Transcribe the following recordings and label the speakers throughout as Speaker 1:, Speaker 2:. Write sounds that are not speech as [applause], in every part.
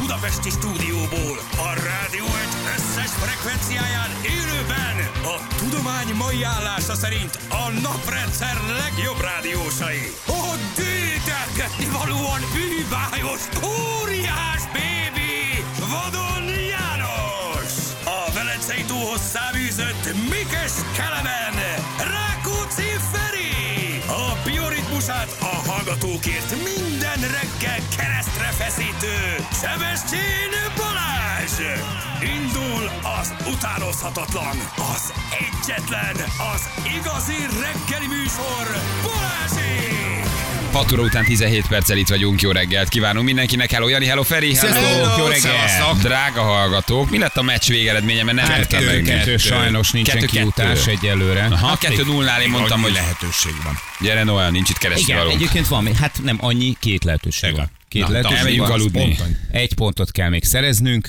Speaker 1: budapesti stúdióból, a rádió egy összes frekvenciáján élőben, a tudomány mai állása szerint a naprendszer legjobb rádiósai. A dédelgetni valóan bűbájos, óriás bébi, vadon János! A Velencei túlhoz száműzött Mikes Kelemen, Rákóczi Feri! A bioritmusát a hallgatókért minden reggel keresztre feszítő Sebestyén Balázs! Indul az utánozhatatlan, az egyetlen, az igazi reggeli műsor Balázsék!
Speaker 2: 6 óra után 17 perccel itt vagyunk, jó reggelt kívánunk mindenkinek. Hello Jani, hello Feri, hello,
Speaker 3: Hello,
Speaker 2: jó reggelt.
Speaker 3: szevasztok.
Speaker 2: Drága hallgatók, mi lett a meccs végeredménye, mert nem
Speaker 3: Kettő,
Speaker 2: ment
Speaker 3: kettő,
Speaker 2: kettő.
Speaker 4: Hát sajnos nincsen
Speaker 2: Kettő-kettő.
Speaker 4: kijutás egyelőre.
Speaker 2: Aha, 2 0 én mondtam, hogy
Speaker 3: lehetőség van.
Speaker 2: gyere Noel, nincs itt keresni
Speaker 4: Igen,
Speaker 2: való.
Speaker 4: egyébként van, még- hát nem annyi, két lehetőség
Speaker 3: Igen.
Speaker 4: van. Két
Speaker 3: Na,
Speaker 4: lehetőség
Speaker 2: elmegyünk
Speaker 4: van.
Speaker 2: aludni.
Speaker 4: Spontán. Egy pontot kell még szereznünk.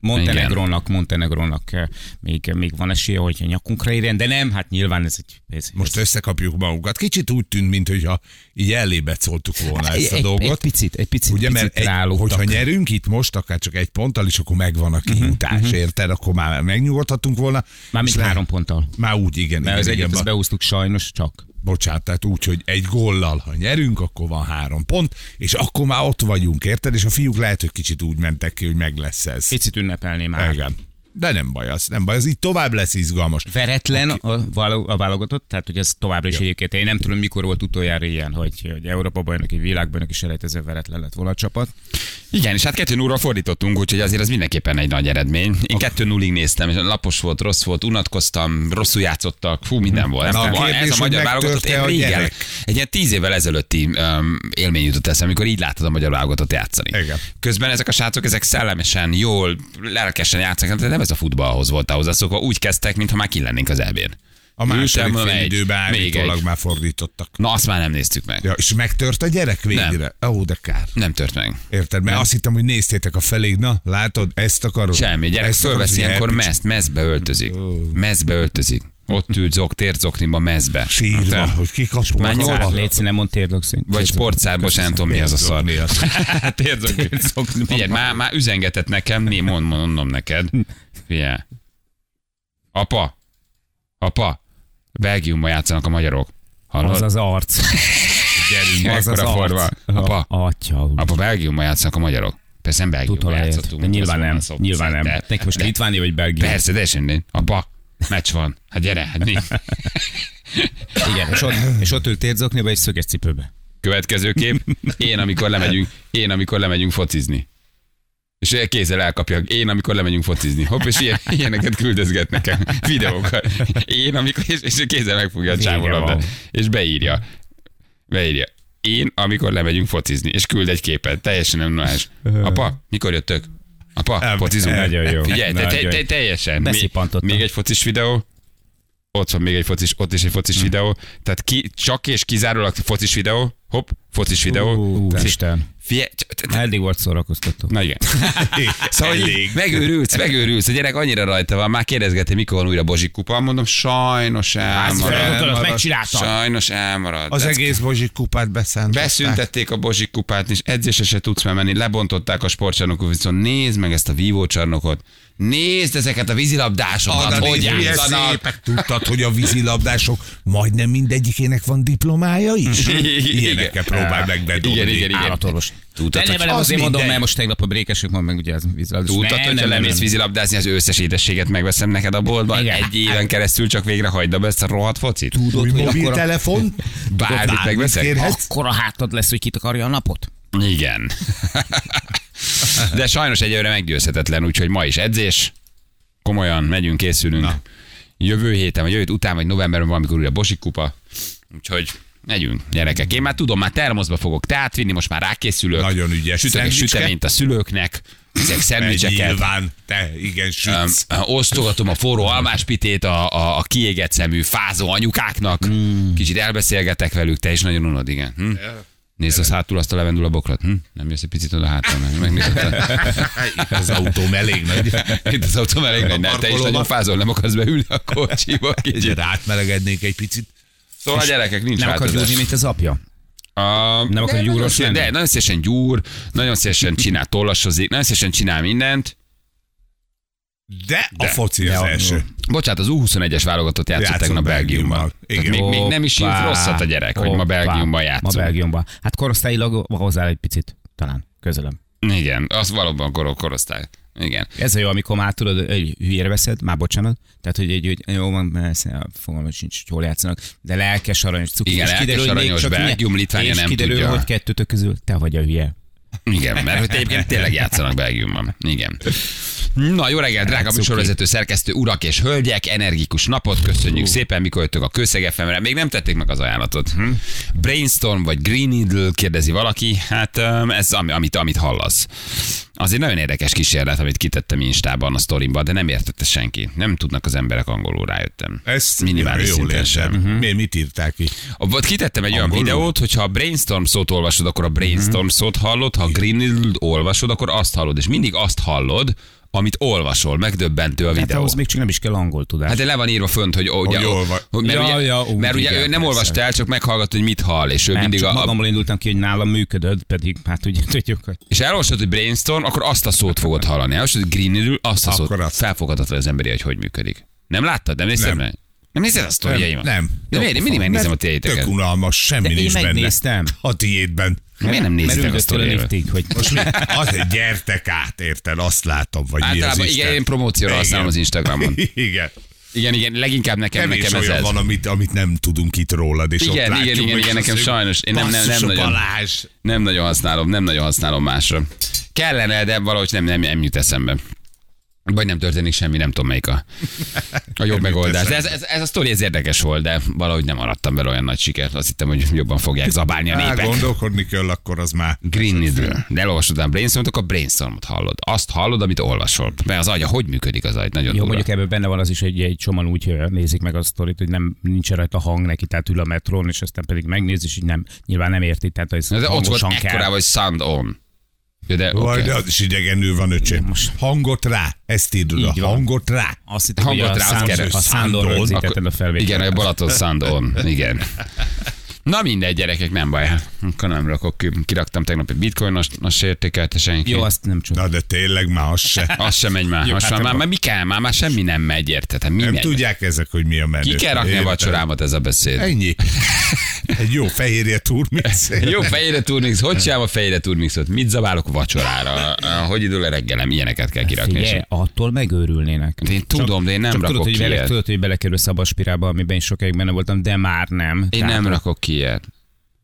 Speaker 4: Montenegrónak, Montenegrónak eh, még, még van esélye, hogy a nyakunkra érjen, de nem, hát nyilván ez egy... Ez,
Speaker 3: Most
Speaker 4: ez,
Speaker 3: összekapjuk magunkat. Kicsit úgy tűnt, mintha így ellébe szóltuk volna ezt a
Speaker 4: Hát egy,
Speaker 3: dolgot.
Speaker 4: Egy picit, egy picit,
Speaker 3: Ugye,
Speaker 4: picit
Speaker 3: mert egy,
Speaker 4: rálógtak.
Speaker 3: hogyha nyerünk itt most, akár csak egy ponttal, és akkor megvan a kijutás,
Speaker 2: Mhm.
Speaker 3: érted? Akkor már megnyugodhatunk volna.
Speaker 4: Mármint
Speaker 3: És le-
Speaker 4: három ponttal.
Speaker 3: Már úgy, igen.
Speaker 4: Mert
Speaker 3: igen,
Speaker 4: az
Speaker 3: igen,
Speaker 4: egyet
Speaker 3: ba-
Speaker 4: ezt beúztuk sajnos csak.
Speaker 3: Bocsánat, tehát úgy, hogy egy gollal, ha nyerünk, akkor van három pont, és akkor már ott vagyunk, érted? És a fiúk lehet, hogy kicsit úgy mentek ki, hogy meg lesz ez.
Speaker 4: Picit ünnepelném már.
Speaker 3: Igen. De nem baj az, nem baj az, így tovább lesz izgalmas.
Speaker 4: Veretlen a, való- a válogatott, tehát hogy ez továbbra is egyébként. Én nem tudom, mikor volt utoljára ilyen, hogy, hogy Európa bajnoki, világbajnoki selejtező veretlen lett volna a csapat.
Speaker 2: Igen, és hát 2 0 fordítottunk, úgyhogy azért az mindenképpen egy nagy eredmény. Én 2 0 ig néztem, és lapos volt, rossz volt, unatkoztam, rosszul játszottak, fú, minden volt.
Speaker 3: Na,
Speaker 2: Na,
Speaker 3: Mhm. Hát a
Speaker 2: ez,
Speaker 3: kérdés,
Speaker 2: ez a
Speaker 3: hogy
Speaker 2: magyar válogatott
Speaker 3: megtörte
Speaker 2: én
Speaker 3: a
Speaker 2: régen,
Speaker 3: gyerek.
Speaker 2: egy ilyen 10 évvel ezelőtti um, élmény jutott eszembe, amikor így láttad a magyar válogatott játszani.
Speaker 3: Igen.
Speaker 2: Közben ezek a srácok, ezek szellemesen, jól, lelkesen játszanak, de nem ez a futballhoz volt hozzászokva, úgy kezdtek, mintha már ki lennénk az EB-n.
Speaker 3: A második
Speaker 2: Ültem,
Speaker 3: fél
Speaker 2: egy,
Speaker 3: időben
Speaker 2: még egy.
Speaker 3: állítólag már fordítottak.
Speaker 2: Na, azt már nem néztük meg.
Speaker 3: Ja, és megtört a gyerek végre? Ó, de kár.
Speaker 2: Nem tört meg.
Speaker 3: Érted? Mert azt hittem, hogy néztétek a felég, na, látod, ezt akarod.
Speaker 2: Semmi, gyerek
Speaker 3: Ezt akarod,
Speaker 2: fölvesz
Speaker 3: hogy
Speaker 2: ilyenkor
Speaker 3: elpicsi-
Speaker 2: mezt, mezbe öltözik. Mezbe öltözik. Ott ül zok, térzokniba mezbe.
Speaker 3: Sírva,
Speaker 2: Hát,
Speaker 3: hogy kikapott.
Speaker 2: már nyolc-
Speaker 3: Szóval-
Speaker 4: Légy nem mond térlök
Speaker 2: Vagy sportszárba sem tudom mi az a szar. [laughs]
Speaker 3: Térzokni az.
Speaker 2: Térzokni. Figyelj, már, már üzengetett nekem, mi mond, mondom neked. Figyelj. Apa, apa, Belgiumban játszanak a magyarok.
Speaker 4: Az
Speaker 2: Hallod?
Speaker 4: az arc.
Speaker 2: Gyerünk,
Speaker 4: Az az
Speaker 2: mekkora forma.
Speaker 4: arc.
Speaker 2: Apa,
Speaker 4: Atya. úr.
Speaker 2: apa, Belgiumban játszanak a magyarok. Persze nem
Speaker 4: Tudod,
Speaker 2: Belgiumban
Speaker 4: játszottunk.
Speaker 2: játszottunk.
Speaker 4: De nyilván
Speaker 2: azt
Speaker 4: nem.
Speaker 2: mondom, szóval
Speaker 4: Nyilván nem.
Speaker 2: szerintem.
Speaker 4: Neki most
Speaker 2: De-
Speaker 4: Litvánia vagy Belgium?
Speaker 2: Persze, de sem, apa, meccs van. Hát gyere, hát mi?
Speaker 4: Igen. És ott, és ott ült térzokniba és szöges cipőbe.
Speaker 2: Következő kép, én amikor lemegyünk, én amikor lemegyünk focizni. És kézzel elkapja, én amikor lemegyünk focizni. Hopp, és ilyen, ilyeneket küldözget nekem, videókat. Én amikor, és, és kézzel megfogja a
Speaker 4: Vége
Speaker 2: csávolabdát,
Speaker 4: van.
Speaker 2: és beírja. Beírja. Én, amikor lemegyünk focizni, és küld egy képet, teljesen nem normális. Apa, mikor jöttök? Apa,
Speaker 3: Elme-
Speaker 2: focizunk.
Speaker 4: nagyon jó.
Speaker 2: Figyelj, te, te,
Speaker 4: Nagyon
Speaker 2: te,
Speaker 4: jó.
Speaker 2: teljesen. Még,
Speaker 4: Beszippantotta.
Speaker 2: még egy focis videó, ott van még egy focis, ott is egy focis videó. Tehát ki, csak és kizárólag focis videó, hopp, focis videó.
Speaker 4: Ú,
Speaker 2: Fi-
Speaker 4: Isten.
Speaker 2: Fie, c- c-
Speaker 4: Már Eddig volt szórakoztató.
Speaker 2: na igen. Szóval így megőrülsz, megőrülsz, a gyerek annyira rajta van, már kérdezgeti, mikor van újra Bozsik kupa, mondom, sajnos elmarad.
Speaker 4: felmondtad, azt
Speaker 2: Elmarad.
Speaker 4: megcsináltam.
Speaker 2: Sajnos elmarad.
Speaker 3: Az
Speaker 2: Ez-
Speaker 3: egész Bozsik kupát beszántatták.
Speaker 2: Beszüntették a Bozsik kupát, és edzésre se tudsz már menni, lebontották a sportcsarnokot, viszont nézd meg ezt a vívócsarnokot, nézd ezeket a vízilabdásokat,
Speaker 3: Adani,
Speaker 2: hogy
Speaker 3: milyen
Speaker 2: játszanak,
Speaker 3: szépek. Tudtad, hogy a vízilabdások majdnem mindegyikének van diplomája is?
Speaker 2: [laughs]
Speaker 3: Ilyenekkel próbál meg bedobni.
Speaker 2: Igen, igen, igen.
Speaker 4: Állatorvos.
Speaker 2: Tudtad,
Speaker 4: De nem,
Speaker 2: hogy-
Speaker 4: nem,
Speaker 3: Az
Speaker 4: azért mondom,
Speaker 3: mindegy.
Speaker 4: mert most tegnap a brékesük van, meg ugye az vízlabda.
Speaker 2: Tudtad, hogy ha lemész vízilabdázni, az összes édességet megveszem neked a boltban.
Speaker 4: Igen.
Speaker 2: Egy éven keresztül csak végre hagyd abba ezt a rohadt focit.
Speaker 3: Új
Speaker 4: Tudod, hogy akkor a,
Speaker 3: mobiltelefon?
Speaker 2: Bármit megveszek?
Speaker 3: kérhetsz?
Speaker 4: akkor a hátad lesz, hogy kitakarja a napot?
Speaker 2: [laughs] Igen. De sajnos egyelőre meggyőzhetetlen, úgyhogy ma is edzés. Komolyan megyünk, készülünk. Na. Jövő héten, vagy jövő hét után, vagy novemberben valamikor újra Bosik kupa. Úgyhogy megyünk, gyerekek. Én már tudom, már termoszba fogok teát vinni, most már rákészülök.
Speaker 3: Nagyon ügyes.
Speaker 2: Sütök egy
Speaker 3: Szendvicske?
Speaker 2: süteményt a szülőknek, ezek
Speaker 3: Mert
Speaker 2: szendvicseket.
Speaker 3: Nyilván, te, igen,
Speaker 2: Öm,
Speaker 3: sütsz.
Speaker 2: ö, osztogatom a forró almáspitét a, a, a kiégett szemű fázó anyukáknak.
Speaker 4: Hmm.
Speaker 2: Mm. Kicsit elbeszélgetek velük, te is nagyon unod, igen. Hm? Nézd az hátul azt a levendula bokrot. Hm? Nem jössz egy picit oda hátra, meg megnézed. a-
Speaker 3: Az autóm elég nagy.
Speaker 2: Itt az autóm elég nagy, ne, te is
Speaker 3: parkolóba.
Speaker 2: nagyon fázol, nem akarsz beülni a kocsiba.
Speaker 3: Ugye
Speaker 2: Kicsit.
Speaker 3: átmelegednék egy picit.
Speaker 2: Szóval gyerekek, nincs
Speaker 4: Nem akar
Speaker 2: változás.
Speaker 4: gyúrni, mint az apja.
Speaker 2: Uh,
Speaker 4: Nem akar gyúros
Speaker 2: nagyon szé-
Speaker 4: lenni?
Speaker 2: De, nagyon szívesen gyúr, nagyon szívesen csinál tollasozik, nagyon szívesen csinál mindent.
Speaker 3: De, a foci az
Speaker 4: De a-
Speaker 3: első.
Speaker 2: Bocsánat, az U21-es válogatott játszott
Speaker 3: Játszott
Speaker 2: tegnap Belgiumban.
Speaker 3: Belgiumban.
Speaker 2: Tehát
Speaker 3: Igen.
Speaker 2: Még, még nem is írt
Speaker 4: Hoppá.
Speaker 2: rosszat a gyerek, hogy ma
Speaker 4: Hoppá.
Speaker 2: Belgiumban
Speaker 4: Ma
Speaker 2: játszol.
Speaker 4: Belgiumban. Hát korosztályilag hozzá egy picit, talán közelem.
Speaker 2: Igen, az valóban kor- korosztály. Igen.
Speaker 4: Ez a jó, amikor már tudod, egy hülyére veszed, már bocsánat, tehát hogy egy, hogy jó, van, persze, a fogalmam sincs, hogy hol játszanak, de lelkes aranyos cuki.
Speaker 2: Igen,
Speaker 4: és
Speaker 2: lelkes,
Speaker 4: hogy még
Speaker 2: aranyos
Speaker 4: csak
Speaker 2: Belgium,
Speaker 4: ilyen-
Speaker 2: Litvánia
Speaker 4: és
Speaker 2: nem
Speaker 4: kiderül,
Speaker 2: tudja.
Speaker 4: hogy kettőtök közül te vagy a hülye. Hát
Speaker 2: Igen, mert hogy egyébként tényleg játszanak Belgiumban. Igen. Na, jó reggel, drága műsorvezető, szerkesztő, urak és hölgyek, energikus napot, köszönjük szépen, mikor jöttök a kőszegefemre. Még nem tették meg az ajánlatot. Hm? Brainstorm vagy Green Needle, kérdezi valaki, hát öm, ez ami- amit, amit hallasz. Az egy nagyon érdekes kísérlet, amit kitettem Instában, a sztorimban, de nem értette senki. Nem tudnak az emberek angolul, rájöttem.
Speaker 3: Ezt
Speaker 2: minimális
Speaker 3: minimális
Speaker 2: szinten
Speaker 3: jól
Speaker 2: sem. Mhm.
Speaker 3: értem. Uh-huh. Miért mit írták ki?
Speaker 2: Vagy kitettem egy olyan
Speaker 3: Angolul?
Speaker 2: videót, hogyha a brainstorm szót olvasod, akkor a brainstorm
Speaker 3: Mhm.
Speaker 2: szót hallod, ha a greenfield olvasod, akkor azt hallod, és mindig azt hallod, amit olvasol, megdöbbentő a
Speaker 4: Hát
Speaker 2: videó.
Speaker 4: ahhoz még csak nem is kell angol tudás.
Speaker 2: Hát de le van írva fönt, hogy, ó, ugye,
Speaker 3: Hogy
Speaker 2: ó,
Speaker 3: olva-
Speaker 2: hogy mert
Speaker 4: Ja,
Speaker 2: ugye,
Speaker 4: ja, úgy,
Speaker 2: mert ugye
Speaker 4: igen,
Speaker 2: ő nem
Speaker 4: persze.
Speaker 2: olvasta el, csak meghallgat, hogy mit hall, és ő
Speaker 4: nem,
Speaker 2: mindig
Speaker 4: csak
Speaker 2: a, a,
Speaker 4: magamból indultam ki, hogy nálam működött, pedig hát ugye [laughs] tudjuk, hogy
Speaker 2: és elolvasod, hogy brainstorm, akkor azt a szót fogod hallani. Elolvasod, hogy greenfield, azt a szót.
Speaker 3: Akkor azt.
Speaker 2: Felfogadhatod az emberi, hogy hogy működik. Nem láttad? Nem nézted
Speaker 3: Nem.
Speaker 2: meg? Nem nézed a sztoriaimat?
Speaker 3: nem.
Speaker 2: De miért? Én mindig megnézem a tiéteket.
Speaker 3: Tök unalmas, semmi
Speaker 4: De én
Speaker 3: nincs benne.
Speaker 4: megnéztem.
Speaker 3: A tiédben.
Speaker 2: Miért nem
Speaker 4: mert
Speaker 2: nézed meg a
Speaker 4: üldöttél a
Speaker 2: sztoriaimat?
Speaker 4: liftig, hogy
Speaker 3: Most mi? Azért gyertek át, érted? Azt látom, vagy mi
Speaker 2: Általában
Speaker 3: az
Speaker 2: igen, én promócióra használom az Instagramon.
Speaker 3: [laughs] Igen.
Speaker 2: Igen, igen, leginkább nekem,
Speaker 3: Kevés
Speaker 2: nekem ez
Speaker 3: olyan
Speaker 2: ez.
Speaker 3: van, amit, amit nem tudunk itt rólad, és
Speaker 2: Igen,
Speaker 3: ott
Speaker 2: igen,
Speaker 3: látjuk,
Speaker 2: igen,
Speaker 3: hogy
Speaker 2: igen, nekem
Speaker 3: azt, hogy
Speaker 2: sajnos. Én nem- nem- nem
Speaker 3: basszus, a
Speaker 2: nagyon.
Speaker 3: Balázs.
Speaker 2: Nem nagyon használom, nem nagyon használom másra. Kellene, de valahogy nem, nem, nem jut eszembe. Vagy nem történik semmi, nem tudom melyik a, a jobb megoldás. De ez, ez, ez, a sztori, ez érdekes volt, de valahogy nem maradtam vele olyan nagy sikert. Azt hittem, hogy jobban fogják zabálni a
Speaker 3: Á,
Speaker 2: népek.
Speaker 3: gondolkodni kell, akkor az már
Speaker 2: Green Needle. De elolvasod a brainstormot, akkor brainstormot hallod. Azt hallod, amit olvasol. Mert az agya, hogy működik az agy? Nagyon
Speaker 4: Jó,
Speaker 2: durva.
Speaker 4: mondjuk ebben benne van az is, hogy egy csomóan úgy ö, nézik meg a sztorit, hogy nem nincs rajta hang neki, tehát ül a metrón, és aztán pedig megnéz, és így nem, nyilván nem érti, tehát ez
Speaker 2: Na, de ott volt
Speaker 4: hangosan
Speaker 2: ekkorában, hogy sound on. Jó, De,
Speaker 3: Vagy
Speaker 2: okay.
Speaker 3: de az is idegenül van, öcsém. Most. Hangot rá, ezt írod
Speaker 4: Így
Speaker 3: a
Speaker 4: van.
Speaker 3: hangot rá.
Speaker 4: Azt hittem, hogy
Speaker 2: Hangot
Speaker 4: a
Speaker 2: rá, azt
Speaker 4: szándor-
Speaker 2: keres.
Speaker 4: a szándor
Speaker 3: Szándor,
Speaker 4: rögzítetted a felvételt.
Speaker 2: Igen, a Balaton Sandon,
Speaker 4: [laughs]
Speaker 2: igen. Na mindegy, gyerekek, nem baj. hát Akkor nem rakok ki. Kiraktam tegnap egy bitcoinos nos értékelt, senki.
Speaker 4: Jó, azt nem csak.
Speaker 3: Na de tényleg már az
Speaker 2: [laughs]
Speaker 3: se.
Speaker 2: Az sem megy már.
Speaker 4: Jó,
Speaker 2: Most
Speaker 4: hát
Speaker 2: már, már,
Speaker 4: abban-
Speaker 2: már mi kell? Már, már semmi nem megy, érted? Hát mi
Speaker 3: Nem
Speaker 2: megy?
Speaker 3: tudják ezek, hogy mi a menő.
Speaker 2: Ki kell rakni a
Speaker 3: Érted?
Speaker 2: vacsorámat ez a beszéd? [laughs]
Speaker 3: Ennyi. Egy jó fehérje turmix.
Speaker 2: Jó, fejére turmix, hogy csinálom a fejére turmixot? Mit zabálok vacsorára? Hogy indul a reggelem? Ilyeneket kell kirakni.
Speaker 4: Figyelj,
Speaker 2: És-
Speaker 4: attól megőrülnének.
Speaker 2: De Én tudom, de én nem
Speaker 4: Csak
Speaker 2: rakok
Speaker 4: tudod, hogy
Speaker 2: ki
Speaker 4: vele,
Speaker 2: ilyet.
Speaker 4: tudod, hogy belekerülsz abba a spirálba, amiben én sokáig benne voltam, de már nem.
Speaker 2: Én
Speaker 4: Tehát
Speaker 2: nem rakok ki ilyet.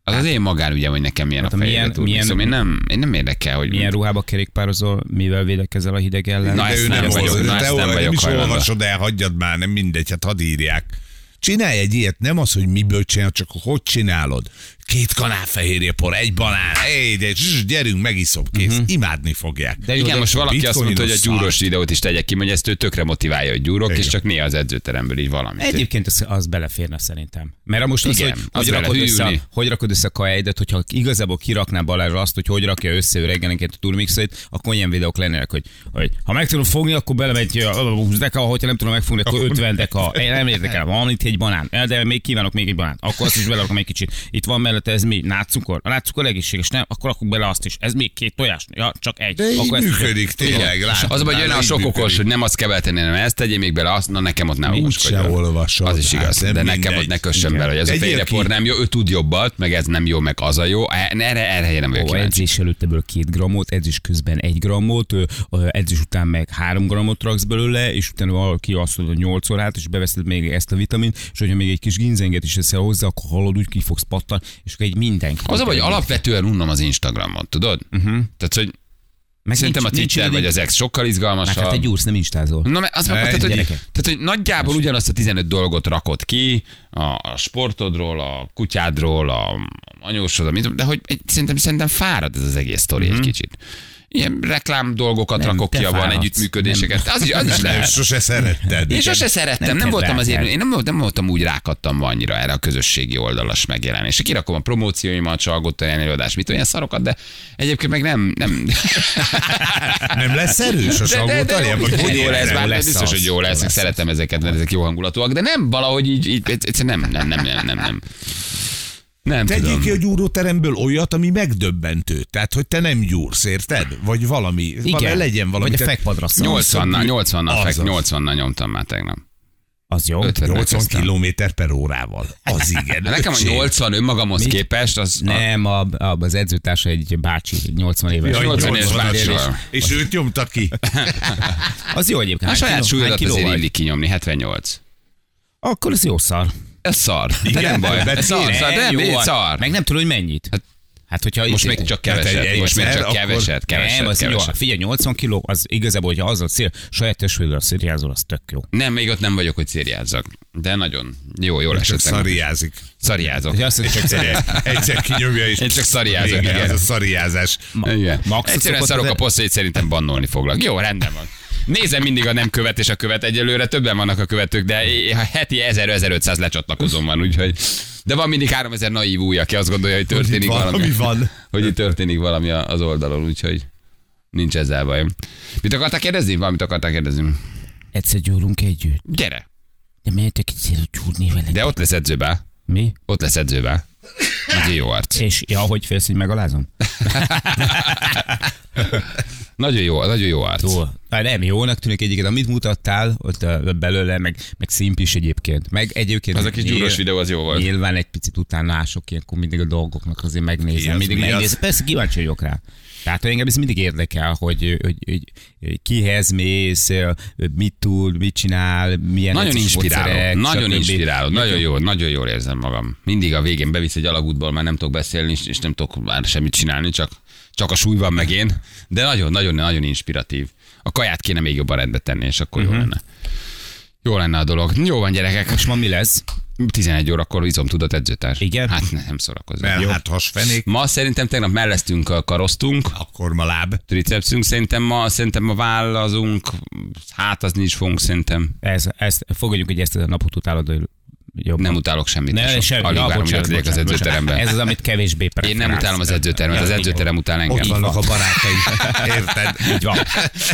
Speaker 2: Az az én magánügyem, hogy nekem milyen a
Speaker 4: Hát a
Speaker 2: fejére
Speaker 4: milyen-
Speaker 2: turmixom. Én
Speaker 4: milyen-
Speaker 2: nem, én nem érdekel, hogy
Speaker 4: Milyen ruhába kerékpározol, mivel védekezel a hideg ellen?
Speaker 2: Na,
Speaker 3: De
Speaker 2: ezt
Speaker 3: ő
Speaker 2: nem
Speaker 3: nem,
Speaker 2: vagyok,
Speaker 3: olvas-
Speaker 2: na, ezt
Speaker 3: de
Speaker 2: nem
Speaker 3: olvas-
Speaker 2: vagyok
Speaker 3: nem is
Speaker 2: hajlandó.
Speaker 3: olvasod el, hagyjad már, nem mindegy, hát hadd írják. Csinálj egy ilyet, nem az, hogy miből csinál, csak hogy csinálod. Két kanál fehérjépor, egy banán, egy, egy, zs, gyerünk, megiszom, kész. Imádni fogják.
Speaker 4: De jó,
Speaker 2: Mhm. Igen,
Speaker 4: de-
Speaker 2: most valaki azt
Speaker 3: Bitcoinos
Speaker 2: mondta, hogy a gyúros
Speaker 3: szar.
Speaker 2: videót is tegyek ki, hogy ezt ő tökre motiválja, hogy gyúrok, és
Speaker 3: Igen.
Speaker 2: csak néha az edzőteremből így valami.
Speaker 4: Egyébként az, az beleférne szerintem. Mert most az,
Speaker 2: Igen,
Speaker 4: Igen,
Speaker 2: az
Speaker 4: hogy, hogy,
Speaker 2: bele
Speaker 4: rakod
Speaker 2: hűlni.
Speaker 4: össze, a- hogy rakod össze a kajáidat, hogyha igazából kirakná Balázsra azt, hogy hogy rakja össze ő reggelenként a turmixait, akkor ilyen videók lennének, hogy, hogy ha meg tudom fogni, akkor belemegy ö, 20 deka, hogyha nem tudom megfogni, akkor
Speaker 2: [laughs]
Speaker 4: 50 deka. Én nem érdekel, van itt egy banán, Ö, de még kívánok még egy banánt. Akkor azt is belerakom egy kicsit. Itt van mellette ez mi? Nátszukor? A nátszukor egészséges, nem? Akkor rakok bele azt is. Ez még két tojás? Ja, csak egy.
Speaker 3: De így
Speaker 4: akkor ezt is-
Speaker 3: működik, tényleg. látod
Speaker 2: Az, hogy
Speaker 3: már,
Speaker 2: jön a
Speaker 3: így
Speaker 2: sok
Speaker 3: működik.
Speaker 2: okos, hogy nem azt kell betenni, hanem ezt tegyél még bele, azt, na nekem ott nem
Speaker 3: Nincs se olvasod.
Speaker 2: Az is
Speaker 3: Hát
Speaker 2: igaz,
Speaker 3: nem
Speaker 2: de nekem
Speaker 3: mindegy.
Speaker 2: ott ne kössön
Speaker 3: Igen.
Speaker 2: bele, hogy ez a
Speaker 3: Tegyél
Speaker 2: félrepor
Speaker 3: ki.
Speaker 2: nem jó, ő tud jobbat, meg ez nem jó, meg az a jó. Erre, erre én nem vagyok
Speaker 4: Ó,
Speaker 2: kíváncsi.
Speaker 4: edzés előtt ebből két grammot, edzés közben egy grammot, ö, ö, edzés után meg három grammot raksz belőle, és utána valaki azt a nyolc órát, és beveszed még ezt a vitamint, és hogyha még egy kis ginzenget is eszel hozzá, akkor hallod, úgy ki fogsz pattan, és akkor egy mindenki.
Speaker 2: Az a baj, hogy alapvetően unnom az Instagramot, tudod?
Speaker 3: Mhm.
Speaker 2: Tehát, hogy szerintem a Twitter vagy az ex sokkal
Speaker 4: Meg hát
Speaker 2: izgalmasabb.
Speaker 4: egy gyúrsz, nem instázol.
Speaker 2: Na, mert az meg,
Speaker 3: Ne,
Speaker 2: tehát, hogy, tehát,
Speaker 4: gyerekek.
Speaker 2: hogy nagyjából ugyanazt a 15 dolgot rakod ki, a, a sportodról, a kutyádról, a anyósod, amit, de hogy egy, szerintem, szerintem fárad ez az egész sztori egy kicsit. Ilyen reklám dolgokat
Speaker 4: Nem,
Speaker 2: rakok
Speaker 4: te
Speaker 2: ki, abban
Speaker 4: fáradsz.
Speaker 2: együttműködéseket. Az is, az is
Speaker 3: Nem,
Speaker 2: lehet.
Speaker 3: sose szeretted.
Speaker 2: Én sose szerettem, nem,
Speaker 4: Nem
Speaker 2: nem
Speaker 4: kell
Speaker 2: voltam azért,
Speaker 4: rákelni.
Speaker 2: én nem, volt- nem voltam úgy rákattam annyira erre a közösségi oldalas megjelenésre. Kirakom a promócióimat, csalgott olyan előadás, mit olyan szarokat, de egyébként meg nem, [laughs] nem,
Speaker 3: Nem lesz erős a salgótalja?
Speaker 2: jó,
Speaker 3: Vagy
Speaker 2: biztos,
Speaker 3: hogy
Speaker 2: hogy jó lesz,
Speaker 3: érted?
Speaker 2: bár
Speaker 4: lesz
Speaker 2: biztos,
Speaker 4: az.
Speaker 2: hogy jó lesz,
Speaker 4: Lesz
Speaker 2: szeretem ezeket, mert ezek jó hangulatúak, de nem valahogy így, így egyszerűen nem, nem, nem, nem, nem, nem. Nem
Speaker 3: Tegyél
Speaker 2: tudom.
Speaker 3: ki a gyúróteremből olyat, ami megdöbbentő. Tehát, hogy te nem gyúrsz, érted? Vagy valami. valami legyen valami.
Speaker 4: Vagy a
Speaker 3: tehát-
Speaker 4: fekpadra szól.
Speaker 2: 80-nal, 80-nal, fek,
Speaker 3: Azaz.
Speaker 2: 80-nal nyomtam már tegnap.
Speaker 4: Az jó.
Speaker 2: 50
Speaker 3: 80 km per órával. Az igen.
Speaker 2: Nekem a
Speaker 3: öcsém.
Speaker 2: 80 önmagamhoz
Speaker 4: Mit?
Speaker 2: képest, az a,
Speaker 4: Nem, a, a, az edzőtársa egy bácsi, 80 éves.
Speaker 3: Ja,
Speaker 2: 80 éves
Speaker 3: 80-as.
Speaker 2: bácsi.
Speaker 3: És őt nyomta ki.
Speaker 4: Az jó egyébként.
Speaker 2: a
Speaker 4: Hány
Speaker 2: saját
Speaker 4: kiló-
Speaker 2: súlyodat
Speaker 4: hány kiló
Speaker 2: azért
Speaker 4: vagy?
Speaker 2: illik kinyomni, 78.
Speaker 4: Akkor ez jó szar.
Speaker 2: Ez szar. De nem baj. Ez szar, szar, de nem,
Speaker 4: jó
Speaker 2: ez
Speaker 4: az.
Speaker 2: szar.
Speaker 4: Meg nem tudod, hogy mennyit. Hát, hát hogyha
Speaker 2: Most
Speaker 4: itt-
Speaker 2: még csak
Speaker 3: Hát egy-
Speaker 2: keveset,
Speaker 3: egy
Speaker 2: most még
Speaker 3: szer,
Speaker 2: csak
Speaker 3: akkor-
Speaker 2: keveset,
Speaker 4: nem,
Speaker 2: keveset,
Speaker 4: az jó.
Speaker 2: keveset.
Speaker 4: Figyelj, 80 kiló, az igazából, hogyha azzal cél, saját testvérrel szériázol, az tök jó.
Speaker 2: Nem, még ott nem vagyok, hogy szériázzak. De nagyon jó, jól
Speaker 3: Csak
Speaker 2: esett. nekem.
Speaker 3: szariázik.
Speaker 2: Szariázok.
Speaker 4: Hogyha azt mondja, hogy csak
Speaker 3: Egyszer, egyszer kinyomja és...
Speaker 2: Én csak szariázok,
Speaker 3: Vége,
Speaker 2: igen.
Speaker 3: Ez a szariázás.
Speaker 2: Igen.
Speaker 4: Max
Speaker 2: Egyszerűen
Speaker 4: szokott
Speaker 2: szarok
Speaker 4: az-
Speaker 2: a posztjait, szerintem bannolni foglak. Jó, rendben van. Nézem mindig a nem követ és a követ egyelőre, többen vannak a követők, de é- ha heti 1000-1500 lecsatlakozom van, úgyhogy... De van mindig 3000 naív új, aki azt gondolja, hogy történik
Speaker 3: Hogy itt
Speaker 2: valami.
Speaker 3: valami van.
Speaker 2: Hogy itt történik valami a- az oldalon, úgyhogy nincs ezzel bajom. Mit akartál kérdezni? Valamit akartál kérdezni?
Speaker 4: egyszer gyúrunk együtt.
Speaker 2: Gyere!
Speaker 4: De menjetek egyszer gyúrni vele.
Speaker 2: De ott lesz edzőbe.
Speaker 4: Mi?
Speaker 2: Ott lesz edzőbe. Nagyon jó arc.
Speaker 4: És ja, hogy félsz, hogy megalázom?
Speaker 2: Hát- Nagyon jó, nagyon jó arc.
Speaker 4: Jó. Hát nem jónak tűnik egyébként, amit mutattál ott ö, belőle, meg, meg szimp is egyébként. Meg egyébként...
Speaker 2: Az a kis gyúros videó, az jó volt.
Speaker 4: Nyilván egy picit utána ások, ilyenkor mindig a dolgoknak azért megnézem.
Speaker 3: Ki az,
Speaker 4: mindig
Speaker 3: mi az?
Speaker 4: megnézem. Persze kíváncsi vagyok rá. Tehát hogy engem ez mindig érdekel, hogy, hogy, hogy, hogy kihez mész, ö, mit tud, mit csinál, milyen
Speaker 2: Nagyon
Speaker 4: edzés
Speaker 2: inspiráló,
Speaker 4: módszerek,
Speaker 2: nagyon
Speaker 4: stb.
Speaker 2: inspiráló, nagyon jó, nagyon jól érzem magam. Mindig a végén bevisz egy alagútból, már nem tudok beszélni, és- és nem tudok már semmit csinálni, csak, csak a súly van meg én, de nagyon-nagyon-nagyon inspiratív. A kaját kéne még jobban rendbe tenni, és akkor jó lenne. Jó lenne a dolog. Jó van, gyerekek.
Speaker 4: Mhm. Most ma mi lesz?
Speaker 2: 11 órakor izomtudat edzőtárs.
Speaker 4: Igen?
Speaker 2: Hát ne- nem szórakozom.
Speaker 3: Mert
Speaker 2: Jó.
Speaker 3: hát hasfenék,
Speaker 2: Ma szerintem tegnap melleztünk, karoztunk,
Speaker 3: akkor ma láb.
Speaker 2: tricepsünk, szerintem ma, szerintem ma vállazunk, hátazni is fogunk, szerintem.
Speaker 4: Ez, ezt, fogadjuk, hogy ezt a napot utálod, hogy jobb.
Speaker 2: Nem utálok semmit.
Speaker 4: Ne,
Speaker 2: Tesó.
Speaker 4: semmi.
Speaker 2: Alig
Speaker 4: Ja,
Speaker 2: várom, hogy
Speaker 4: bocsánat,
Speaker 2: ott legyek az
Speaker 4: bocsánat,
Speaker 2: edzőteremben.
Speaker 4: bocsánat. Ez az, amit kevésbé
Speaker 2: Én nem
Speaker 4: preferálsz.
Speaker 2: utálom az edzőtermet, az edzőterem utál engem.
Speaker 3: Ott vannak a barátaim.
Speaker 2: [laughs]
Speaker 3: Érted?
Speaker 4: Így van.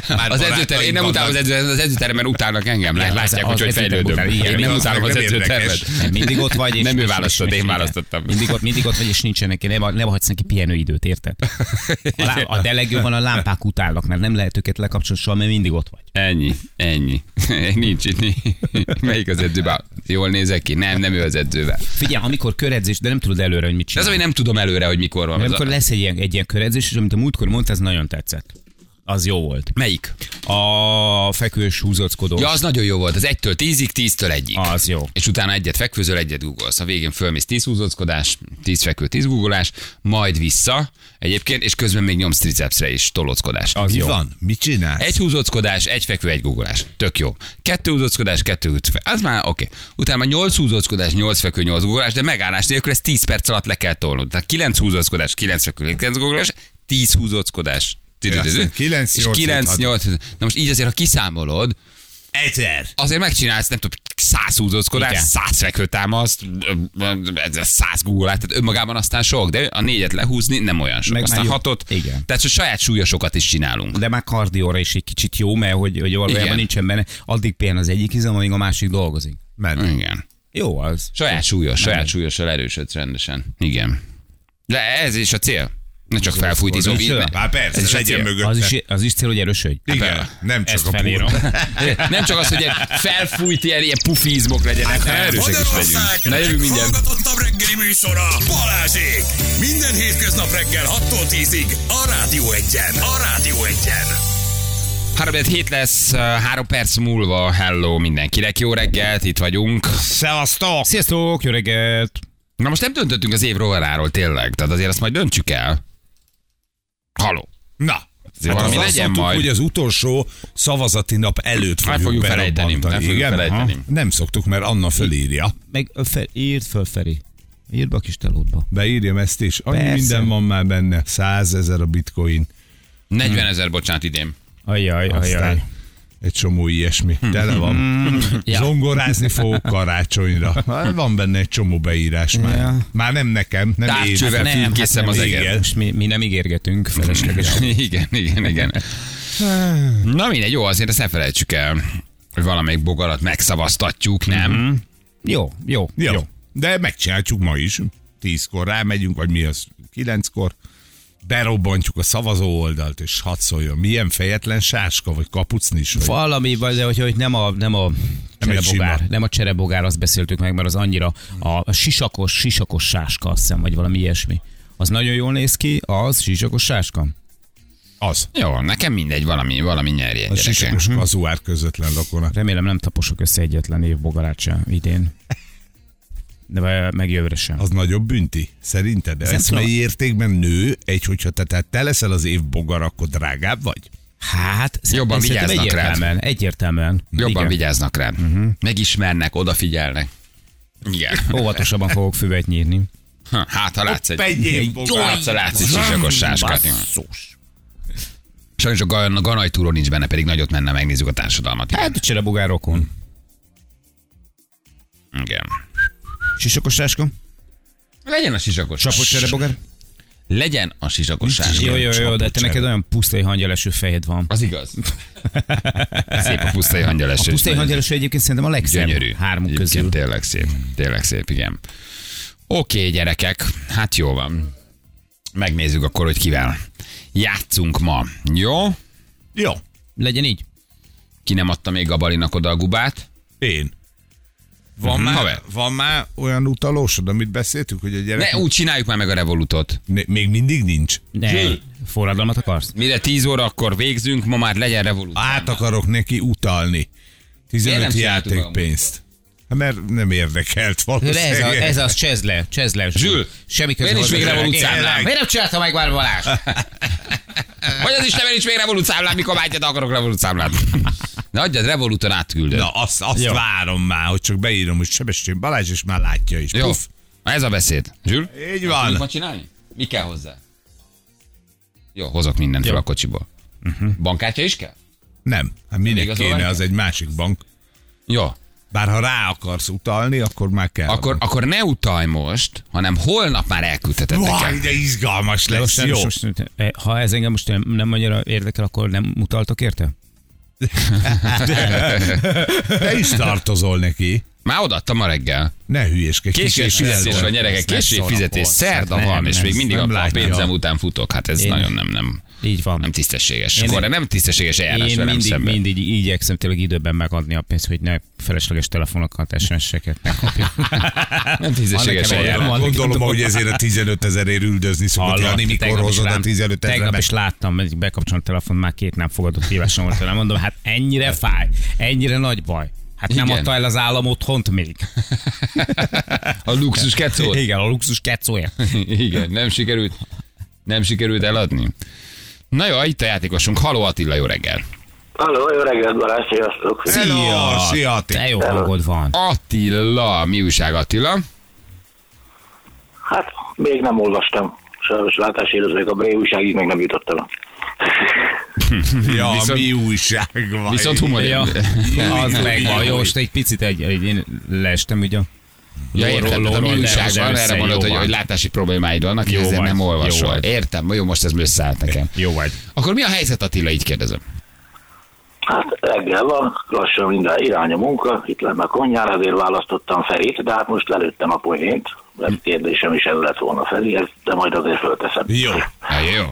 Speaker 3: Már
Speaker 2: Az edzőterem,
Speaker 3: barátaim
Speaker 2: én nem utálom az
Speaker 3: vannak.
Speaker 2: edzőtermet, az edzőteremben utálnak engem. Lát-
Speaker 4: Ja, az-
Speaker 2: Látják,
Speaker 4: Hát
Speaker 2: hogy
Speaker 4: az
Speaker 2: hogy
Speaker 4: edzőterem
Speaker 2: fejlődöm.
Speaker 4: után ilyen.
Speaker 2: Én nem
Speaker 4: Az-
Speaker 2: utálom az
Speaker 3: az nem érdekes.
Speaker 2: edzőtermet.
Speaker 4: Nem, mindig ott
Speaker 2: [laughs]
Speaker 4: vagy. És,
Speaker 2: Nem ő
Speaker 4: és-
Speaker 2: választott,
Speaker 4: és- és-
Speaker 2: én
Speaker 4: igen.
Speaker 2: választottam.
Speaker 4: Mindig ott, mindig ott vagy, és nincsenek, ki, nem, nem hagysz neki pihenőidőt, érted? A, lá, a delegőban a lámpák utálnak, mert nem lehet őket lekapcsolni soha, mert mindig ott vagy.
Speaker 2: Ennyi, ennyi. [laughs] Nincs itt. ni- [laughs] Melyik az edzőben? Jól nézek ki? Nem, nem ő az edzőben.
Speaker 4: Figyelj, amikor köredzés, de nem tudod előre, hogy
Speaker 2: De
Speaker 4: mit
Speaker 2: az,
Speaker 4: csinálsz.
Speaker 2: hogy nem tudom előre, hogy mikor van.
Speaker 4: De
Speaker 2: az a-
Speaker 4: amikor lesz egy ilyen, egy ilyen köredzés, és amit a múltkor mondtál, ez nagyon tetszett. Az jó volt.
Speaker 2: Melyik?
Speaker 4: A fekvős húzockodó.
Speaker 2: Ja, az nagyon jó volt. Az 1-től 10-ig, 10-től 1-ig.
Speaker 4: Az jó.
Speaker 2: És utána egyet fekvőzöl, egyet googolsz. A végén fölmész 10 húzózkodás, 10 fekvő, 10 googolás, majd vissza egyébként, és közben még nyomsz tricepsre is tolózkodás.
Speaker 4: Az
Speaker 3: Mi
Speaker 4: jó.
Speaker 3: van? Mit csinálsz?
Speaker 2: Egy húzózkodás, egy fekvő, egy googolás. Tök jó. Kettő húzózkodás, kettő fekvő. Az már oké. Okay. Utána már 8 húzózkodás, 8 fekvő, 8 googolás, de megállás nélkül ezt 10 perc alatt le kell tolnod. Tehát 9 húzózkodás, 9 fekvő, 9 googolás, 10 húzózkodás.
Speaker 3: Ja, aztán kilenc,
Speaker 2: és
Speaker 3: nyolc,
Speaker 2: 9,
Speaker 3: hat.
Speaker 2: 8. Na most így azért, ha kiszámolod,
Speaker 3: Egyszer.
Speaker 2: azért megcsinálsz, nem tudom, száz húzózkodás,
Speaker 4: Igen.
Speaker 2: száz fekvőtámaszt, száz googolát, tehát önmagában aztán sok, de a négyet lehúzni nem olyan sok. Meg
Speaker 4: Meg
Speaker 2: aztán
Speaker 4: már jó.
Speaker 2: hatot,
Speaker 4: Igen.
Speaker 2: tehát hogy saját súlyosokat is csinálunk.
Speaker 4: De már kardióra is egy kicsit jó, mert hogy, hogy valójában
Speaker 2: Igen.
Speaker 4: nincsen benne. Addig pihen az egyik izom, amíg a másik dolgozik.
Speaker 3: Menő.
Speaker 2: Igen.
Speaker 4: Jó az.
Speaker 2: Saját súlyos, saját súlyossal erősödsz rendesen. Igen. De ez is a cél. Ne csak felfújt izom.
Speaker 4: Persze.
Speaker 2: ne-
Speaker 3: Hát
Speaker 2: Ez
Speaker 3: persze,
Speaker 2: is a
Speaker 3: legyen
Speaker 2: cél.
Speaker 4: Az
Speaker 3: mögötte.
Speaker 4: is, az is cél, hogy erősödj. Hát,
Speaker 3: Igen, nem csak
Speaker 4: Ezt
Speaker 3: a
Speaker 4: felírom.
Speaker 3: pult.
Speaker 2: [laughs] Nem csak az, hogy ilyen felfújt ilyen, ilyen pufizmok legyenek, hanem erősek is legyünk. Na jövünk mindjárt.
Speaker 1: Hallgatottabb reggeli műsora Balázsék! Minden hétköznap reggel 6-tól 10-ig a Rádió Egyen. A Rádió Egyen.
Speaker 2: 3 hét lesz, 3 perc múlva. Hello mindenkinek, jó reggelt, itt vagyunk.
Speaker 3: Szevasztok!
Speaker 4: Sziasztok, jó reggelt!
Speaker 2: Na most nem döntöttünk az év rovaráról tényleg, tehát azért azt majd döntsük el. Haló.
Speaker 3: Na, hát
Speaker 2: Azért valami
Speaker 3: azt
Speaker 2: legyen
Speaker 3: mondtuk,
Speaker 2: majd.
Speaker 3: hogy az utolsó szavazati nap előtt
Speaker 2: El
Speaker 3: fogjuk,
Speaker 2: fogjuk felejteni,
Speaker 3: berabbantani.
Speaker 2: el fogjuk
Speaker 3: Igen?
Speaker 2: felejteni.
Speaker 3: Aha. Nem szoktuk, mert Anna fölírja.
Speaker 4: [laughs] Meg ö, fel, írd föl, Feri. Írd be a kis telódba.
Speaker 3: Beírjam ezt is. Annyi
Speaker 4: Persze.
Speaker 3: minden van már benne. Százezer a bitcoin.
Speaker 2: 40 ezer, bocsánat, idén.
Speaker 4: Ajaj, ajaj.
Speaker 3: Aztán egy csomó ilyesmi.
Speaker 2: Hm.
Speaker 3: Tele van. Zongorázni fogok karácsonyra. Hát Van benne egy csomó beírás már.
Speaker 4: Ja.
Speaker 3: Már nem nekem, nem én.
Speaker 2: Tárcsővel
Speaker 4: nem,
Speaker 2: fűkészem
Speaker 4: hát
Speaker 2: az
Speaker 4: nem,
Speaker 2: eget.
Speaker 4: Most mi, mi nem ígérgetünk feleslegesen.
Speaker 2: [laughs] igen, igen, igen.
Speaker 4: Hát.
Speaker 2: Na mindegy, jó, azért ezt ne felejtsük el, hogy valamelyik
Speaker 4: Mhm.
Speaker 2: bogarat megszavaztatjuk, nem?
Speaker 4: jó, jó,
Speaker 3: Jó.
Speaker 4: jó.
Speaker 3: De megcsináljuk ma is. tízkor rámegyünk, vagy mi az kilenckor, berobbantjuk a szavazó oldalt, és hadd szóljon, milyen fejetlen sáska, vagy kapucni is. Vagy.
Speaker 4: Valami, vagy, de hogy, hogy nem a, nem a cserebogár,
Speaker 3: sima.
Speaker 4: nem a cserebogár, azt beszéltük meg, mert az annyira a, a sisakos, sisakos sáska, azt hiszem, vagy valami ilyesmi. Az nagyon jól néz ki, az sisakos sáska.
Speaker 3: Az.
Speaker 2: Jó, nekem mindegy, valami, valami nyerje.
Speaker 3: A
Speaker 2: gyerekek.
Speaker 3: sisakos kazuár közvetlen lakona.
Speaker 4: Remélem nem taposok össze egyetlen év bogarát sem idén. De meg jövőre sem.
Speaker 3: Az nagyobb bünti, szerinted? Ez
Speaker 4: nem
Speaker 3: eszmei
Speaker 4: tudom.
Speaker 3: értékben nő, egy, hogyha te, tehát te leszel az év bogar, akkor drágább vagy?
Speaker 4: Hát,
Speaker 2: Jobban
Speaker 4: szerintem
Speaker 2: vigyáznak rád.
Speaker 4: egyértelműen, egyértelműen.
Speaker 2: Jobban
Speaker 4: Igen. Mhm.
Speaker 2: vigyáznak rád. Uh-huh. Megismernek, odafigyelnek. Igen.
Speaker 4: Óvatosabban fogok füvet nyírni.
Speaker 2: Ha, Hát, ha látsz egy...
Speaker 3: egy év
Speaker 2: Jó,
Speaker 3: bogár.
Speaker 2: látsz, ha látsz egy sisakos sáskát. Sajnos a gan- a ganaj túró nincs benne, pedig nagyot menne, megnézzük a társadalmat. Igen.
Speaker 4: Hát, cserebogár rokon.
Speaker 2: Igen.
Speaker 4: Sisakos sáska?
Speaker 2: Legyen a sisakos.
Speaker 4: Csapott cserebogár?
Speaker 2: Legyen a sisakos
Speaker 4: Jó,
Speaker 2: sáska.
Speaker 4: jó, jó, de te
Speaker 3: csere.
Speaker 4: neked olyan pusztai hangyeleső fejed van.
Speaker 2: Az igaz. [laughs] Szép a pusztai hangyaleső.
Speaker 4: A pusztai hangyeleső egyébként szerintem a legszebb
Speaker 2: Gyönyörű.
Speaker 4: hármuk
Speaker 2: Egyébként
Speaker 4: közül.
Speaker 2: Tényleg szép. Tényleg szép, igen. Oké, gyerekek. Hát jó van. Megnézzük akkor, hogy kivel játszunk ma. Jó?
Speaker 3: Jó,
Speaker 4: Legyen így.
Speaker 2: Ki nem adta még a Balinak oda a gubát?
Speaker 3: én. Van,
Speaker 2: Mhm.
Speaker 3: már,
Speaker 2: Haver.
Speaker 3: van már olyan utalósod, amit beszéltünk, hogy a gyerek...
Speaker 2: Ne, úgy csináljuk már meg a Revolutot.
Speaker 3: Ne, még mindig nincs.
Speaker 4: Ne, forradalmat akarsz?
Speaker 2: Mire 10 óra akkor végzünk, ma már legyen Revolut.
Speaker 3: Át akarok neki utalni. 15
Speaker 2: Miért nem csináltuk
Speaker 3: játékpénzt. Hát mert nem érdekelt
Speaker 4: Ez,
Speaker 3: valószínűleg.
Speaker 4: ez, a, ez az, csezd le, csezd le.
Speaker 2: Zsül,
Speaker 4: semmi közben
Speaker 2: miért nincs még Revolut számlám?
Speaker 4: Miért nem csinálta meg már Balázs?
Speaker 2: Vagy az is nem nincs még Revolut számlám, mikor vágyad, akarok Revolut számlát. Na adjad, Revoluton átküldöd.
Speaker 3: Na, azt, azt
Speaker 4: Jó.
Speaker 3: várom már, hogy csak beírom, hogy Sebestyén Balázs, és már látja is.
Speaker 2: Jó,
Speaker 3: Puff.
Speaker 2: ez a beszéd. Zsül? Azt
Speaker 3: Így van.
Speaker 2: tudjuk ma csinálni? Mi kell hozzá? Jó, hozok mindent fel a kocsiból.
Speaker 4: Mhm.
Speaker 2: Bankkártya is kell?
Speaker 3: Nem, hát minek
Speaker 2: Igazolvány
Speaker 3: kéne,
Speaker 2: kell?
Speaker 3: az egy másik bank.
Speaker 2: Jó.
Speaker 3: Bár ha rá akarsz utalni, akkor már kell.
Speaker 2: Akkor, akkor ne utalj most, hanem holnap már elküldheted
Speaker 3: Vaj,
Speaker 2: nekem.
Speaker 3: de izgalmas
Speaker 4: De
Speaker 3: lesz,
Speaker 4: most,
Speaker 3: jó.
Speaker 4: most, most, eh, ha ez engem most nem, nem annyira érdekel, akkor nem utaltok érte?
Speaker 3: Te is tartozol neki.
Speaker 2: Már odaadtam ma reggel.
Speaker 3: Ne hülyéskedj.
Speaker 2: Késői
Speaker 3: kis és
Speaker 2: fizetés van,
Speaker 3: eltol-
Speaker 2: gyerekek,
Speaker 3: lesz, lesz
Speaker 2: késői
Speaker 3: holnap
Speaker 2: fizetés.
Speaker 3: volt.
Speaker 2: Szerda
Speaker 4: Nem,
Speaker 2: van, és
Speaker 4: nem,
Speaker 2: még
Speaker 4: ezt
Speaker 2: mindig
Speaker 3: nem
Speaker 2: a a
Speaker 3: látja.
Speaker 2: pénzem után futok. Hát ez
Speaker 4: Én-
Speaker 2: nagyon nem, nem,
Speaker 4: Így van.
Speaker 2: nem tisztességes.
Speaker 4: Én-
Speaker 2: Akkor nem tisztességes eljárás
Speaker 4: Én
Speaker 2: velem
Speaker 4: mindig,
Speaker 2: szemben.
Speaker 4: mindig igyekszem tényleg időben megadni a pénzt, hogy ne felesleges telefonokat, SMS-eket megkapjak.
Speaker 2: [laughs] Nem tisztességes
Speaker 4: Annak kell
Speaker 2: eljárás.
Speaker 4: van.
Speaker 3: Gondolom, hogy ezért a 15 ezerért üldözni szokott
Speaker 4: Hallott,
Speaker 3: jönni, mikor
Speaker 4: tegnap is
Speaker 3: hozod a
Speaker 4: lám-
Speaker 3: 15
Speaker 4: Tegnap
Speaker 3: ezeret.
Speaker 4: is láttam, hogy bekapcsolom a telefon, már két nem fogadott hívásom volt tőle. Mondom, hát ennyire fáj, ennyire nagy baj. Hát nem
Speaker 2: Igen.
Speaker 4: adta el az állam otthont még.
Speaker 2: A
Speaker 4: [laughs]
Speaker 2: luxus kecót.
Speaker 4: Igen, a luxus kecója.
Speaker 2: [laughs] Igen, nem sikerült, nem sikerült eladni. Na jó, itt a játékosunk. Haló Attila, jó reggel.
Speaker 5: Halló, jó reggelt, Balázs, sziasztok!
Speaker 3: Szia, szia, ti.
Speaker 4: Te jó hangod van.
Speaker 2: Attila, mi újság Attila?
Speaker 5: Hát, még nem olvastam. Sajnos látásérező vagyok, a Bré újságig meg nem jutottam.
Speaker 3: Ja,
Speaker 2: Viszont-
Speaker 3: mi újság van.
Speaker 2: Viszont humor. [laughs]
Speaker 4: Ja, az
Speaker 3: Jaj,
Speaker 4: megvan.
Speaker 3: jaj.
Speaker 4: Jó, most egy picit egy, egy én leestem ugye a
Speaker 2: Ja, értem, tehát a mi újság van, erre mondod, hogy, hogy látási problémáid vannak, jó
Speaker 4: Jó
Speaker 2: ezért
Speaker 4: vagy,
Speaker 2: nem
Speaker 4: jó
Speaker 2: olvasol.
Speaker 4: vagy.
Speaker 2: Értem, jó, most ez összeállt nekem.
Speaker 4: Jó vagy.
Speaker 2: Akkor mi a helyzet Attila, így kérdezem.
Speaker 5: Hát reggel van, lassan minden irány a munka, itt lenne a konyhár, ezért választottam Ferit, de hát most lelőttem a poént, mert kérdésem is ez lett volna Ferihez, de majd azért fölteszem.
Speaker 3: Jó.
Speaker 2: Hát, jó.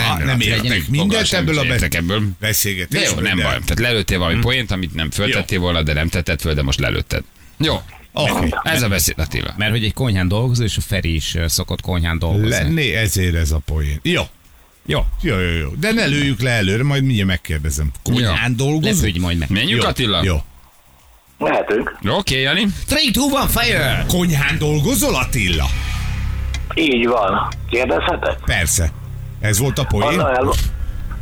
Speaker 3: Ha, nem
Speaker 2: Attila,
Speaker 3: értek
Speaker 2: nem
Speaker 3: mindent
Speaker 2: fogal sem
Speaker 3: ebből a
Speaker 2: is
Speaker 3: be- Hm.
Speaker 2: értek ebből. De
Speaker 3: Beszélgetés.
Speaker 2: jó, nem baj. Tehát lelőttél valami poént, amit nem föltettél volna, de nem tetted föl, de most lelőtted. Jó,
Speaker 3: Oké.
Speaker 2: ez a beszéd Attila.
Speaker 4: Mert hogy egy konyhán dolgozó, és a Feri is ö, szokott konyhán dolgozni.
Speaker 3: Lenné ezért ez a poén. Jó.
Speaker 4: Jó.
Speaker 3: Jó, jó, jó. De ne lőjük le előre, majd mindjárt megkérdezem. Konyhán dolgozik?
Speaker 4: Lepődj majd meg.
Speaker 2: Menjünk
Speaker 3: Jó,
Speaker 2: Attila?
Speaker 3: Jó.
Speaker 5: Mehetünk.
Speaker 2: Jó, Oké, Jani.
Speaker 4: 3, 2, 1, fire!
Speaker 3: Konyhán dolgozol, Attila?
Speaker 5: Így van. Kérdezhetek?
Speaker 3: Persze. Ez volt a poén?
Speaker 5: Anna, el,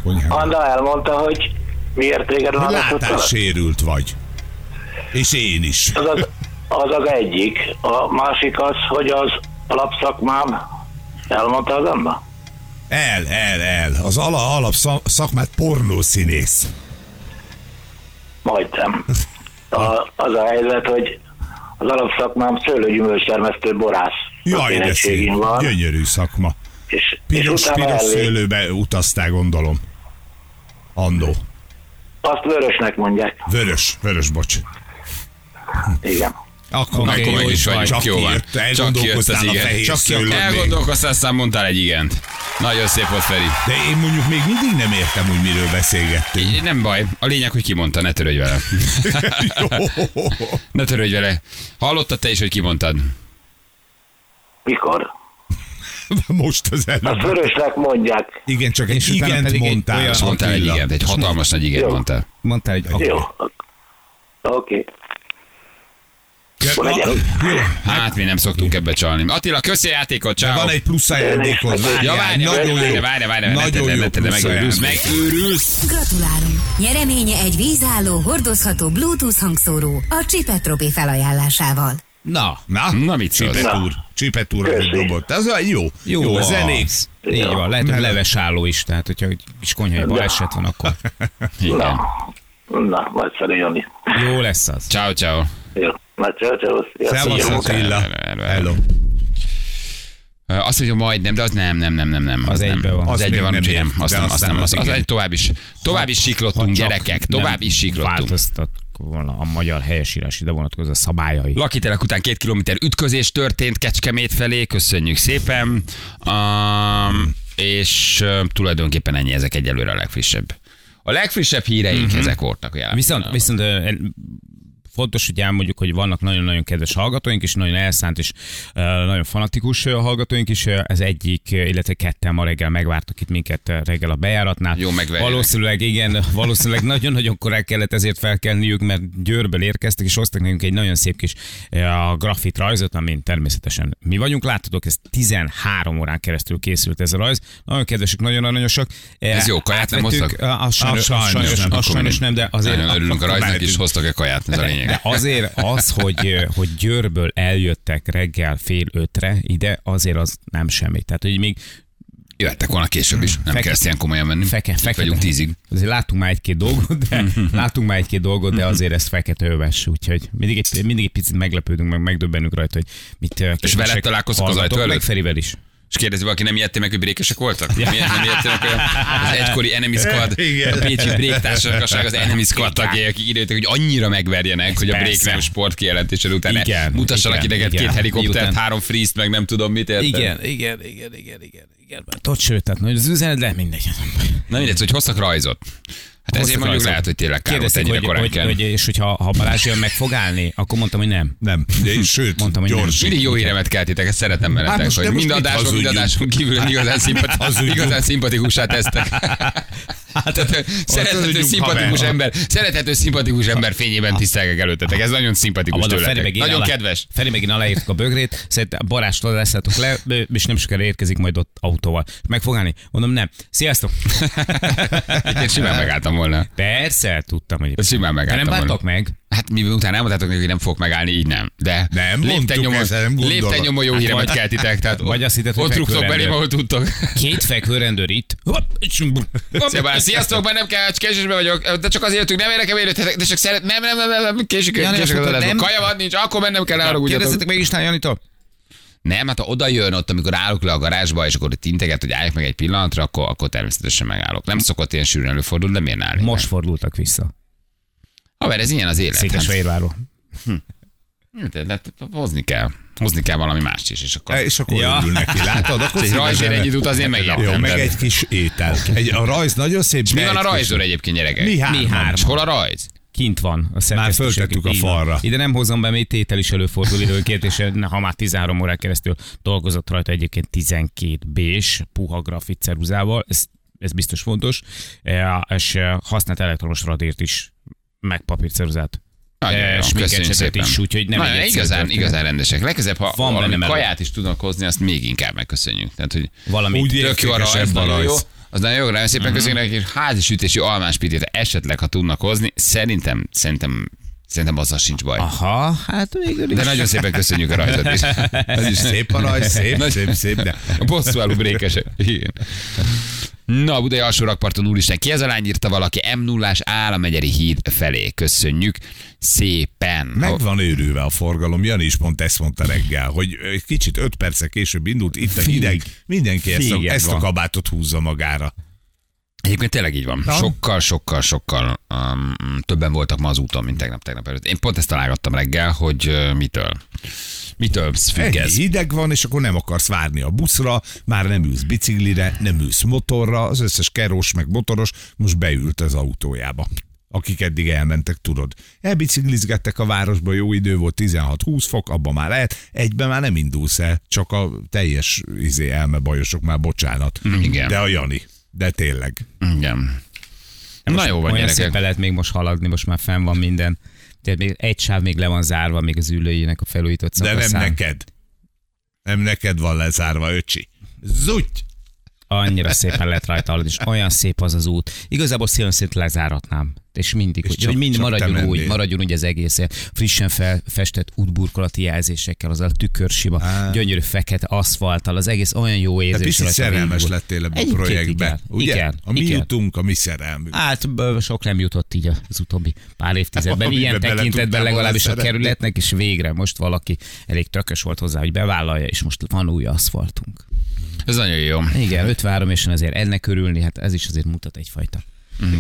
Speaker 3: Konyhán.
Speaker 5: Anna elmondta, hogy miért téged
Speaker 3: Hogy
Speaker 5: választottalak?
Speaker 3: Látássérült vagy. És én is.
Speaker 5: Az az, az az egyik. A másik az, hogy az alapszakmám elmondta az Anna?
Speaker 3: El, el, el. Az ala, alap szak- szakmát pornószínész.
Speaker 5: Majdnem. A, az a helyzet, hogy az alapszakmám szőlőgyümölcstermesztő borász.
Speaker 3: Jaj, de
Speaker 5: Érettségin
Speaker 3: szép.
Speaker 5: van,
Speaker 3: Gyönyörű szakma.
Speaker 5: és, és
Speaker 3: Piros,
Speaker 5: utána
Speaker 3: piros
Speaker 5: elvég,
Speaker 3: szőlőbe utaztál, gondolom. Andó.
Speaker 5: azt vörösnek mondják.
Speaker 3: Vörös, vörös, bocs.
Speaker 5: Igen.
Speaker 3: Akkor meg
Speaker 2: Akkor
Speaker 3: jó
Speaker 2: meg
Speaker 3: is
Speaker 2: is
Speaker 3: vagy.
Speaker 2: vagy.
Speaker 3: Csak
Speaker 2: jó van.
Speaker 3: kijött, elgondolkoztál a fehér
Speaker 2: Csak ki
Speaker 3: szőlőn.
Speaker 2: Elgondolkoztál, aztán mondtál egy igent. Nagyon szép volt, Feri.
Speaker 3: De én mondjuk még mindig nem értem, hogy miről beszélgettünk.
Speaker 2: Így, Nem baj. A lényeg, hogy kimondta, ne törődj vele.
Speaker 3: [laughs] Jó.
Speaker 2: ne törődj vele. Hallottad te is, hogy kimondtad?
Speaker 5: Mikor?
Speaker 3: Most az
Speaker 5: A
Speaker 3: előbb.
Speaker 5: vörösnek mondják.
Speaker 3: Igen, csak egy
Speaker 4: És utána
Speaker 3: igent
Speaker 4: pedig egy
Speaker 3: mondtál.
Speaker 4: olyan-
Speaker 2: És mondtál egy
Speaker 3: Attila.
Speaker 2: igent, egy hatalmas nagy igent
Speaker 5: Jó.
Speaker 2: mondtál.
Speaker 4: Mondtál egy
Speaker 5: Jó.
Speaker 4: akkor.
Speaker 5: ak- Oké.
Speaker 3: Ja,
Speaker 5: Van egy
Speaker 3: a-
Speaker 5: előbb.
Speaker 3: jó.
Speaker 2: Hát mi nem szoktunk ebbe csalni. Attila, köszi a játékot,
Speaker 3: De
Speaker 2: ciao.
Speaker 3: van egy plusz ajándékod. Várjál,
Speaker 2: Ja, várj, várj,
Speaker 3: nagyon
Speaker 2: várj,
Speaker 3: jó.
Speaker 2: várj, várj, ne tedd,
Speaker 3: Nagyon
Speaker 2: le, ne
Speaker 3: jó
Speaker 2: tedd, le,
Speaker 3: plusz
Speaker 2: megőrülsz,
Speaker 3: ajándék.
Speaker 2: megőrülsz.
Speaker 6: Gratulálunk! Nyereménye egy vízálló, hordozható Bluetooth hangszóró a Csipet Robi felajánlásával.
Speaker 3: Na, na,
Speaker 2: Na, mit szólsz?
Speaker 3: Csipet
Speaker 5: Na.
Speaker 3: úr, Csipet úr, ahogy
Speaker 5: Köszi.
Speaker 3: dobott. Ez olyan jó, jó, jó a
Speaker 4: az.
Speaker 3: zenék.
Speaker 4: Így van, lehet, hogy
Speaker 3: Mellett.
Speaker 4: levesálló is, tehát hogyha is konyhai baleset van, akkor
Speaker 2: Igen.
Speaker 5: Na. Na, nagyszerű Jani.
Speaker 4: jó lesz az.
Speaker 2: Ciao, ciao.
Speaker 5: Jó. Na, csáó, csáó.
Speaker 3: Szevasz,
Speaker 5: Jó.
Speaker 3: Attila.
Speaker 2: Hello, hello, hello.
Speaker 3: Hello.
Speaker 2: Ö, Azt mondja, majdnem, de az nem, nem, nem, nem, nem.
Speaker 4: Az
Speaker 2: nem.
Speaker 4: egybe van.
Speaker 2: Az,
Speaker 3: Az
Speaker 2: egybe
Speaker 3: még
Speaker 2: van,
Speaker 3: nem
Speaker 2: úgyhogy nem.
Speaker 3: ért,
Speaker 2: Azt
Speaker 3: de
Speaker 2: nem,
Speaker 3: az
Speaker 2: azt
Speaker 3: nem,
Speaker 2: nem,
Speaker 3: az
Speaker 2: az, az
Speaker 3: igen.
Speaker 2: egy tovább is. Tovább is siklottunk,
Speaker 4: Csak
Speaker 2: gyerekek,
Speaker 4: nem
Speaker 2: tovább is siklottunk.
Speaker 4: Változtat volna a magyar helyesírás ide vonatkozó szabályai.
Speaker 2: Lakitelek után két kilométer ütközés történt Kecskemét felé, köszönjük szépen. Um, és um, tulajdonképpen ennyi ezek egyelőre a legfrissebb. A legfrissebb híreink mm-hmm. ezek voltak jelen.
Speaker 4: Viszont, viszont ö, en- fontos, hogy elmondjuk, hogy vannak nagyon-nagyon kedves hallgatóink, és nagyon elszánt, és ö, nagyon fanatikus ö, hallgatóink is. Ö, Ez egyik, ö, illetve ketten ma reggel megvártak itt minket ö, reggel a bejáratnál.
Speaker 2: Jó, megverjenek.
Speaker 4: Valószínűleg, igen, valószínűleg nagyon-nagyon korán kellett ezért felkelniük, mert Győrből érkeztek, és hoztak nekünk egy nagyon szép kis ö, a grafit rajzot, amin természetesen mi vagyunk. Láttatok, ez 13 órán keresztül készült ez a rajz. Nagyon kedvesek, nagyon aranyosak.
Speaker 2: Ez jó, kaját nem hoztak?
Speaker 4: A sajnos,
Speaker 2: Ah,
Speaker 4: a sajnos, nem, a
Speaker 2: akkor
Speaker 4: sajnos
Speaker 2: mindegy.
Speaker 4: nem, de azért
Speaker 2: Nagyon örülünk a rajznak
Speaker 4: mehetünk.
Speaker 2: is, hoztak egy kaját, ez a lényeg.
Speaker 4: De azért az, hogy, hogy Győrből eljöttek reggel fél ötre ide, azért az nem semmi. Tehát, hogy még
Speaker 2: Jöhettek volna később is, nem
Speaker 4: Fekete-
Speaker 2: kell ezt ilyen komolyan menni.
Speaker 4: feke,
Speaker 2: Itt
Speaker 4: fekete.
Speaker 2: vagyunk tízig.
Speaker 4: Azért látunk már egy-két dolgot,
Speaker 2: [laughs]
Speaker 4: de, látunk már egy-két dolgot, de azért ezt fekete öves, úgyhogy mindig egy, mindig egy picit meglepődünk, meg megdöbbenünk rajta, hogy mit eh, képesek
Speaker 2: veled találkoztok az ajtó
Speaker 4: hallgatók,
Speaker 2: előtt?
Speaker 4: Meg Ferivel is.
Speaker 2: És kérdezi valaki, nem ijedtél meg, hogy brékesek voltak? Miért nem ijedtél meg, hogy az egykori Enemy Squad,
Speaker 3: Igen.
Speaker 2: a Pécsi Bréktársaság, az Enemy Squad tagjai, akik időtek, hogy annyira megverjenek, hogy a Brék
Speaker 4: persze.
Speaker 2: nem sport kijelentésed után
Speaker 4: Igen,
Speaker 2: igen, mutassanak
Speaker 4: igen,
Speaker 2: ideget,
Speaker 4: igen.
Speaker 2: két helikoptert,
Speaker 4: Miután-
Speaker 2: három freeze meg nem tudom mit érted.
Speaker 4: Igen, igen, igen, igen, igen. igen. mert Ott sőt, tehát nagy az üzenet, de mindegy.
Speaker 2: Na mindegy, szóval, hogy hoztak rajzot. Hát ezért
Speaker 4: Hoztak
Speaker 2: mondjuk
Speaker 4: rajzot.
Speaker 2: lehet, hogy tényleg kár volt
Speaker 4: Kérdezték,
Speaker 2: ennyire
Speaker 4: hogy,
Speaker 2: korán
Speaker 4: hogy,
Speaker 2: kell.
Speaker 4: hogy, és hogyha ha Balázs jön, meg fog állni, akkor mondtam, hogy nem.
Speaker 3: Nem, de- sőt,
Speaker 4: Mondtam, hogy nem.
Speaker 3: gyors.
Speaker 2: Mindig jó éremet keltitek, ezt szeretem veletek,
Speaker 3: Hát most
Speaker 2: hogy
Speaker 3: de most Hát
Speaker 2: mind
Speaker 3: mit
Speaker 2: adáson, mind
Speaker 3: hazudjunk?
Speaker 2: adáson kívül hogy igazán, szimpat,
Speaker 3: hazudjunk?
Speaker 2: igazán szimpatikussá tesztek. Tehát, szerethető,
Speaker 3: hazudjunk,
Speaker 2: szimpatikus
Speaker 3: Hát haver. Hát.
Speaker 2: ember, szerethető, szimpatikus ember fényében tisztelgek előttetek. Ez nagyon szimpatikus
Speaker 4: Amad a Feri
Speaker 2: tőletek.
Speaker 4: megint
Speaker 2: Nagyon
Speaker 4: alá,
Speaker 2: kedves.
Speaker 4: Feri megint aláírtuk a bögrét, szerintem a barástól leszálltuk le, ö, és nem sokára érkezik majd ott autóval. Meg fog állni? Mondom, nem. Sziasztok!
Speaker 2: Én
Speaker 3: [laughs]
Speaker 2: simán megálltam volna.
Speaker 4: Persze, tudtam, hogy...
Speaker 2: Ezt simán
Speaker 4: Te
Speaker 2: megálltam
Speaker 4: nem
Speaker 2: volna.
Speaker 4: bántok meg?
Speaker 2: Hát mi utána elmondtátok neki, hogy nem fogok megállni, így nem. De
Speaker 3: Nem mondtuk ezt, nem
Speaker 2: lépten
Speaker 3: gondolod. Hát
Speaker 2: nyomon jó híremet keltitek. Tehát
Speaker 4: vagy azt hitted, hogy
Speaker 2: ott rúgtok
Speaker 4: fekvőrendőr.
Speaker 2: belém, ahol tudtok.
Speaker 4: Két fekvőrendőr itt. Hopp, és-
Speaker 2: Szia, bár, Sziasztok, már nem kell, csak késésben vagyok, de csak azért jöttünk, nem érdekem érőtetek, de csak szeret, nem, nem, nem, nem, nem késik,
Speaker 4: Ja,
Speaker 2: ja,
Speaker 4: nem,
Speaker 2: késik az
Speaker 4: akkor
Speaker 2: adásban.
Speaker 4: nem-
Speaker 2: Kaja van, nincs, akkor mennem kell, arra
Speaker 4: Kérdezzetek meg Istán Janitól?
Speaker 2: Nem, hát ha oda jön ott, amikor állok le a garázsba, és akkor itt integet, hogy álljak meg egy pillanatra, akkor, akkor természetesen megállok. Nem szokott ilyen sűrűn előfordulni, de miért nálni?
Speaker 4: Most fordultak vissza.
Speaker 2: Haver, ez ilyen az élet.
Speaker 4: Székesfehérváról.
Speaker 2: Hát, hát, hát, hozni kell. Hozni kell valami mást is, és akkor...
Speaker 3: E, És akkor
Speaker 4: Ja.
Speaker 3: ja. örül neki, látod?
Speaker 4: [laughs]
Speaker 3: Akkor
Speaker 2: Egy rajzsért
Speaker 3: szívesen-
Speaker 2: együtt utazni, megértem.
Speaker 3: Jó, meg
Speaker 2: de-
Speaker 3: egy kis étel. Egy, a rajz nagyon szép.
Speaker 2: És mi
Speaker 3: de
Speaker 2: van a
Speaker 3: egy kis-
Speaker 2: rajzor egyébként, gyerekek?
Speaker 3: Mi hárman.
Speaker 4: Mi hárman.
Speaker 2: És hol a rajz?
Speaker 4: Kint van a szerkesztőség.
Speaker 3: föltettük a
Speaker 4: Így van.
Speaker 3: falra.
Speaker 4: Ide nem hozom be, még tétel is előfordul időnként, és na, ha már 13 órán keresztül dolgozott rajta egyébként 12 bés puha grafit ceruzával, ez, ez biztos fontos, Eh, és eh, használt elektromos radírt is, meg papírceruzát.
Speaker 2: Nagyon
Speaker 4: Eh,
Speaker 2: jó,
Speaker 4: sminket
Speaker 2: köszönjük
Speaker 4: csetet
Speaker 2: szépen.
Speaker 4: is, úgyhogy nem
Speaker 2: Na,
Speaker 4: egy egyszerű
Speaker 2: igazán,
Speaker 4: történet.
Speaker 2: igazán rendesek. Legközebb, ha
Speaker 4: Van
Speaker 2: Van valami
Speaker 4: benne meló.
Speaker 2: kaját is tudnak hozni, azt még inkább megköszönjük. Tehát, hogy
Speaker 4: Valami
Speaker 3: Úgy
Speaker 2: tök jó a rajz,
Speaker 3: értékesebb a
Speaker 2: nagyon jó.
Speaker 3: rajz.
Speaker 2: Az nagyon jó, nagyon
Speaker 4: Mhm.
Speaker 2: szépen köszönjük nekik, és házi sütési almás pitét esetleg, ha tudnak hozni, szerintem, szerintem, szerintem azzal sincs baj.
Speaker 4: Aha, hát végül is.
Speaker 2: De nagyon szépen köszönjük a rajzot is.
Speaker 3: Ez is szép a rajz, szép,
Speaker 2: Nagy-
Speaker 3: szép, szép, de
Speaker 2: A bosszú álló brékesek. Igen. Na, a Budai alsó rakparton úristen, ki ez a lány írta valaki? m 0 Álamegyeri híd felé. Köszönjük szépen.
Speaker 3: meg van őrülve a forgalom. Jani is pont ezt mondta reggel, hogy egy kicsit öt perce később indult, itt a hideg, mindenki ezt a,
Speaker 4: Fíg
Speaker 3: ezt a
Speaker 4: van.
Speaker 3: kabátot húzza magára.
Speaker 2: szóval Egyébként tényleg így van. Sokkal, sokkal, sokkal um, többen voltak ma az úton, mint tegnap, tegnap előtt. Én pont ezt találgattam reggel, hogy uh, mitől. Mitől függ
Speaker 3: Ennyi
Speaker 2: ez?
Speaker 3: hideg van, és akkor nem akarsz várni a buszra, már nem ülsz biciklire, nem ülsz motorra, az összes kerós meg motoros most beült az autójába akik eddig elmentek, tudod. Elbiciklizgettek a városba, jó idő volt, 16-20 fok, abban már lehet, egyben már nem indulsz el, csak a teljes izé elmebajosok már, bocsánat.
Speaker 2: Igen.
Speaker 3: De a Jani, de tényleg.
Speaker 2: Igen. Na jó van,
Speaker 4: Olyan
Speaker 2: gyerekek.
Speaker 4: szépen lehet még most haladni, most már fenn van minden. Tehát még egy sáv még le van zárva, még az ülőjének a felújított
Speaker 3: De
Speaker 4: szakaszán.
Speaker 3: nem neked. Nem neked van lezárva, öcsi. Zutty!
Speaker 4: Annyira szépen lehet rajta haladni, és olyan szép az az út. Igazából szélszint lezáratnám. És mindig,
Speaker 3: És
Speaker 4: hogy,
Speaker 3: csak-
Speaker 4: hogy mind
Speaker 3: csak te
Speaker 4: maradjon
Speaker 3: mennél.
Speaker 4: úgy, maradjon úgy az egész ilyen frissen fel, festett útburkolati jelzésekkel, az a tükörsima, gyönyörű fekete aszfalttal, az egész olyan jó érzés.
Speaker 3: Te picit
Speaker 4: rajta,
Speaker 3: szerelmes
Speaker 4: végigúr.
Speaker 3: lettél ebbe a
Speaker 4: Egyébként
Speaker 3: projektbe.
Speaker 4: igen,
Speaker 3: ugye?
Speaker 4: igen,
Speaker 3: a mi
Speaker 4: igen.
Speaker 3: jutunk, a mi szerelmünk.
Speaker 4: Hát b- sok nem jutott így az utóbbi pár évtizedben.
Speaker 3: [laughs] Amiben
Speaker 4: Ilyen
Speaker 3: bele tudtál
Speaker 4: tekintetben
Speaker 3: volna
Speaker 4: legalábbis a
Speaker 3: szeretni.
Speaker 4: kerületnek, és végre most valaki elég tökös volt hozzá, hogy bevállalja, és most van új aszfaltunk.
Speaker 2: Ez nagyon jó.
Speaker 4: Igen, 53 évesen azért ennek örülni, hát ez is azért mutat egyfajta.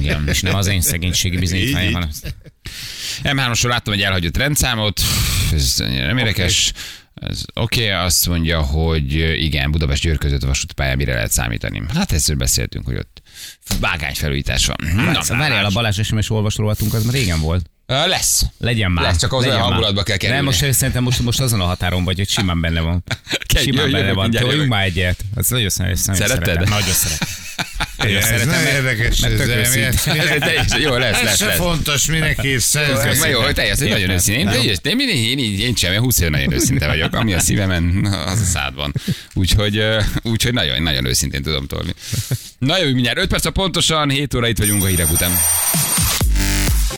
Speaker 4: Igen. És nem az én szegénységi bizonyítvány,
Speaker 3: Így.
Speaker 4: hanem
Speaker 2: M3-osról láttam egy elhagyott rendszámot, ez annyira nem érdekes. Ez Oké, okay, azt mondja, hogy igen, Budapest Győr között a vasútpályán mire lehet számítani. Hát ezzel beszéltünk, hogy ott vágányfelújítás van.
Speaker 4: Na, várjál, a Balázs SMS olvasóvatunk, az már régen volt.
Speaker 2: Ö, Lesz.
Speaker 4: Legyen már.
Speaker 2: Lesz, csak az
Speaker 4: legyen
Speaker 2: olyan
Speaker 4: már.
Speaker 2: hangulatba kell kerülni.
Speaker 4: Nem, most eh, szerintem most, most azon a határon vagy, hogy simán benne van.
Speaker 2: Kell,
Speaker 4: simán
Speaker 2: jövök,
Speaker 4: benne van.
Speaker 2: mindjárt
Speaker 4: Toljunk
Speaker 2: jövök.
Speaker 4: már egyet. Azt nagyon, nagyon, nagyon
Speaker 2: Szereted?
Speaker 4: szeretem. Nagyon
Speaker 2: [laughs]
Speaker 4: szeretem. Nagyon
Speaker 3: Ez
Speaker 4: szeretem,
Speaker 3: nem
Speaker 4: mert-
Speaker 3: érdekes,
Speaker 4: mert
Speaker 3: ez
Speaker 4: tök
Speaker 3: nem
Speaker 4: őszinte.
Speaker 3: [laughs] érdekes.
Speaker 2: [laughs] Ez teljesen- Jó, lesz,
Speaker 3: Ez
Speaker 2: lesz,
Speaker 3: se
Speaker 2: lesz.
Speaker 3: fontos, minek
Speaker 2: [laughs]
Speaker 3: hívsz
Speaker 2: Meg jó, hogy teljes, hogy nagyon őszintén. De én, én, én, én, én sem, én 20 éve nagyon őszinte vagyok, ami a szívemen, az a szádban. Úgyhogy, ö, úgyhogy nagyon, nagyon őszintén tudom tolni. Na jövünk mindjárt 5 perc, a pontosan 7 óra itt vagyunk a hírek után.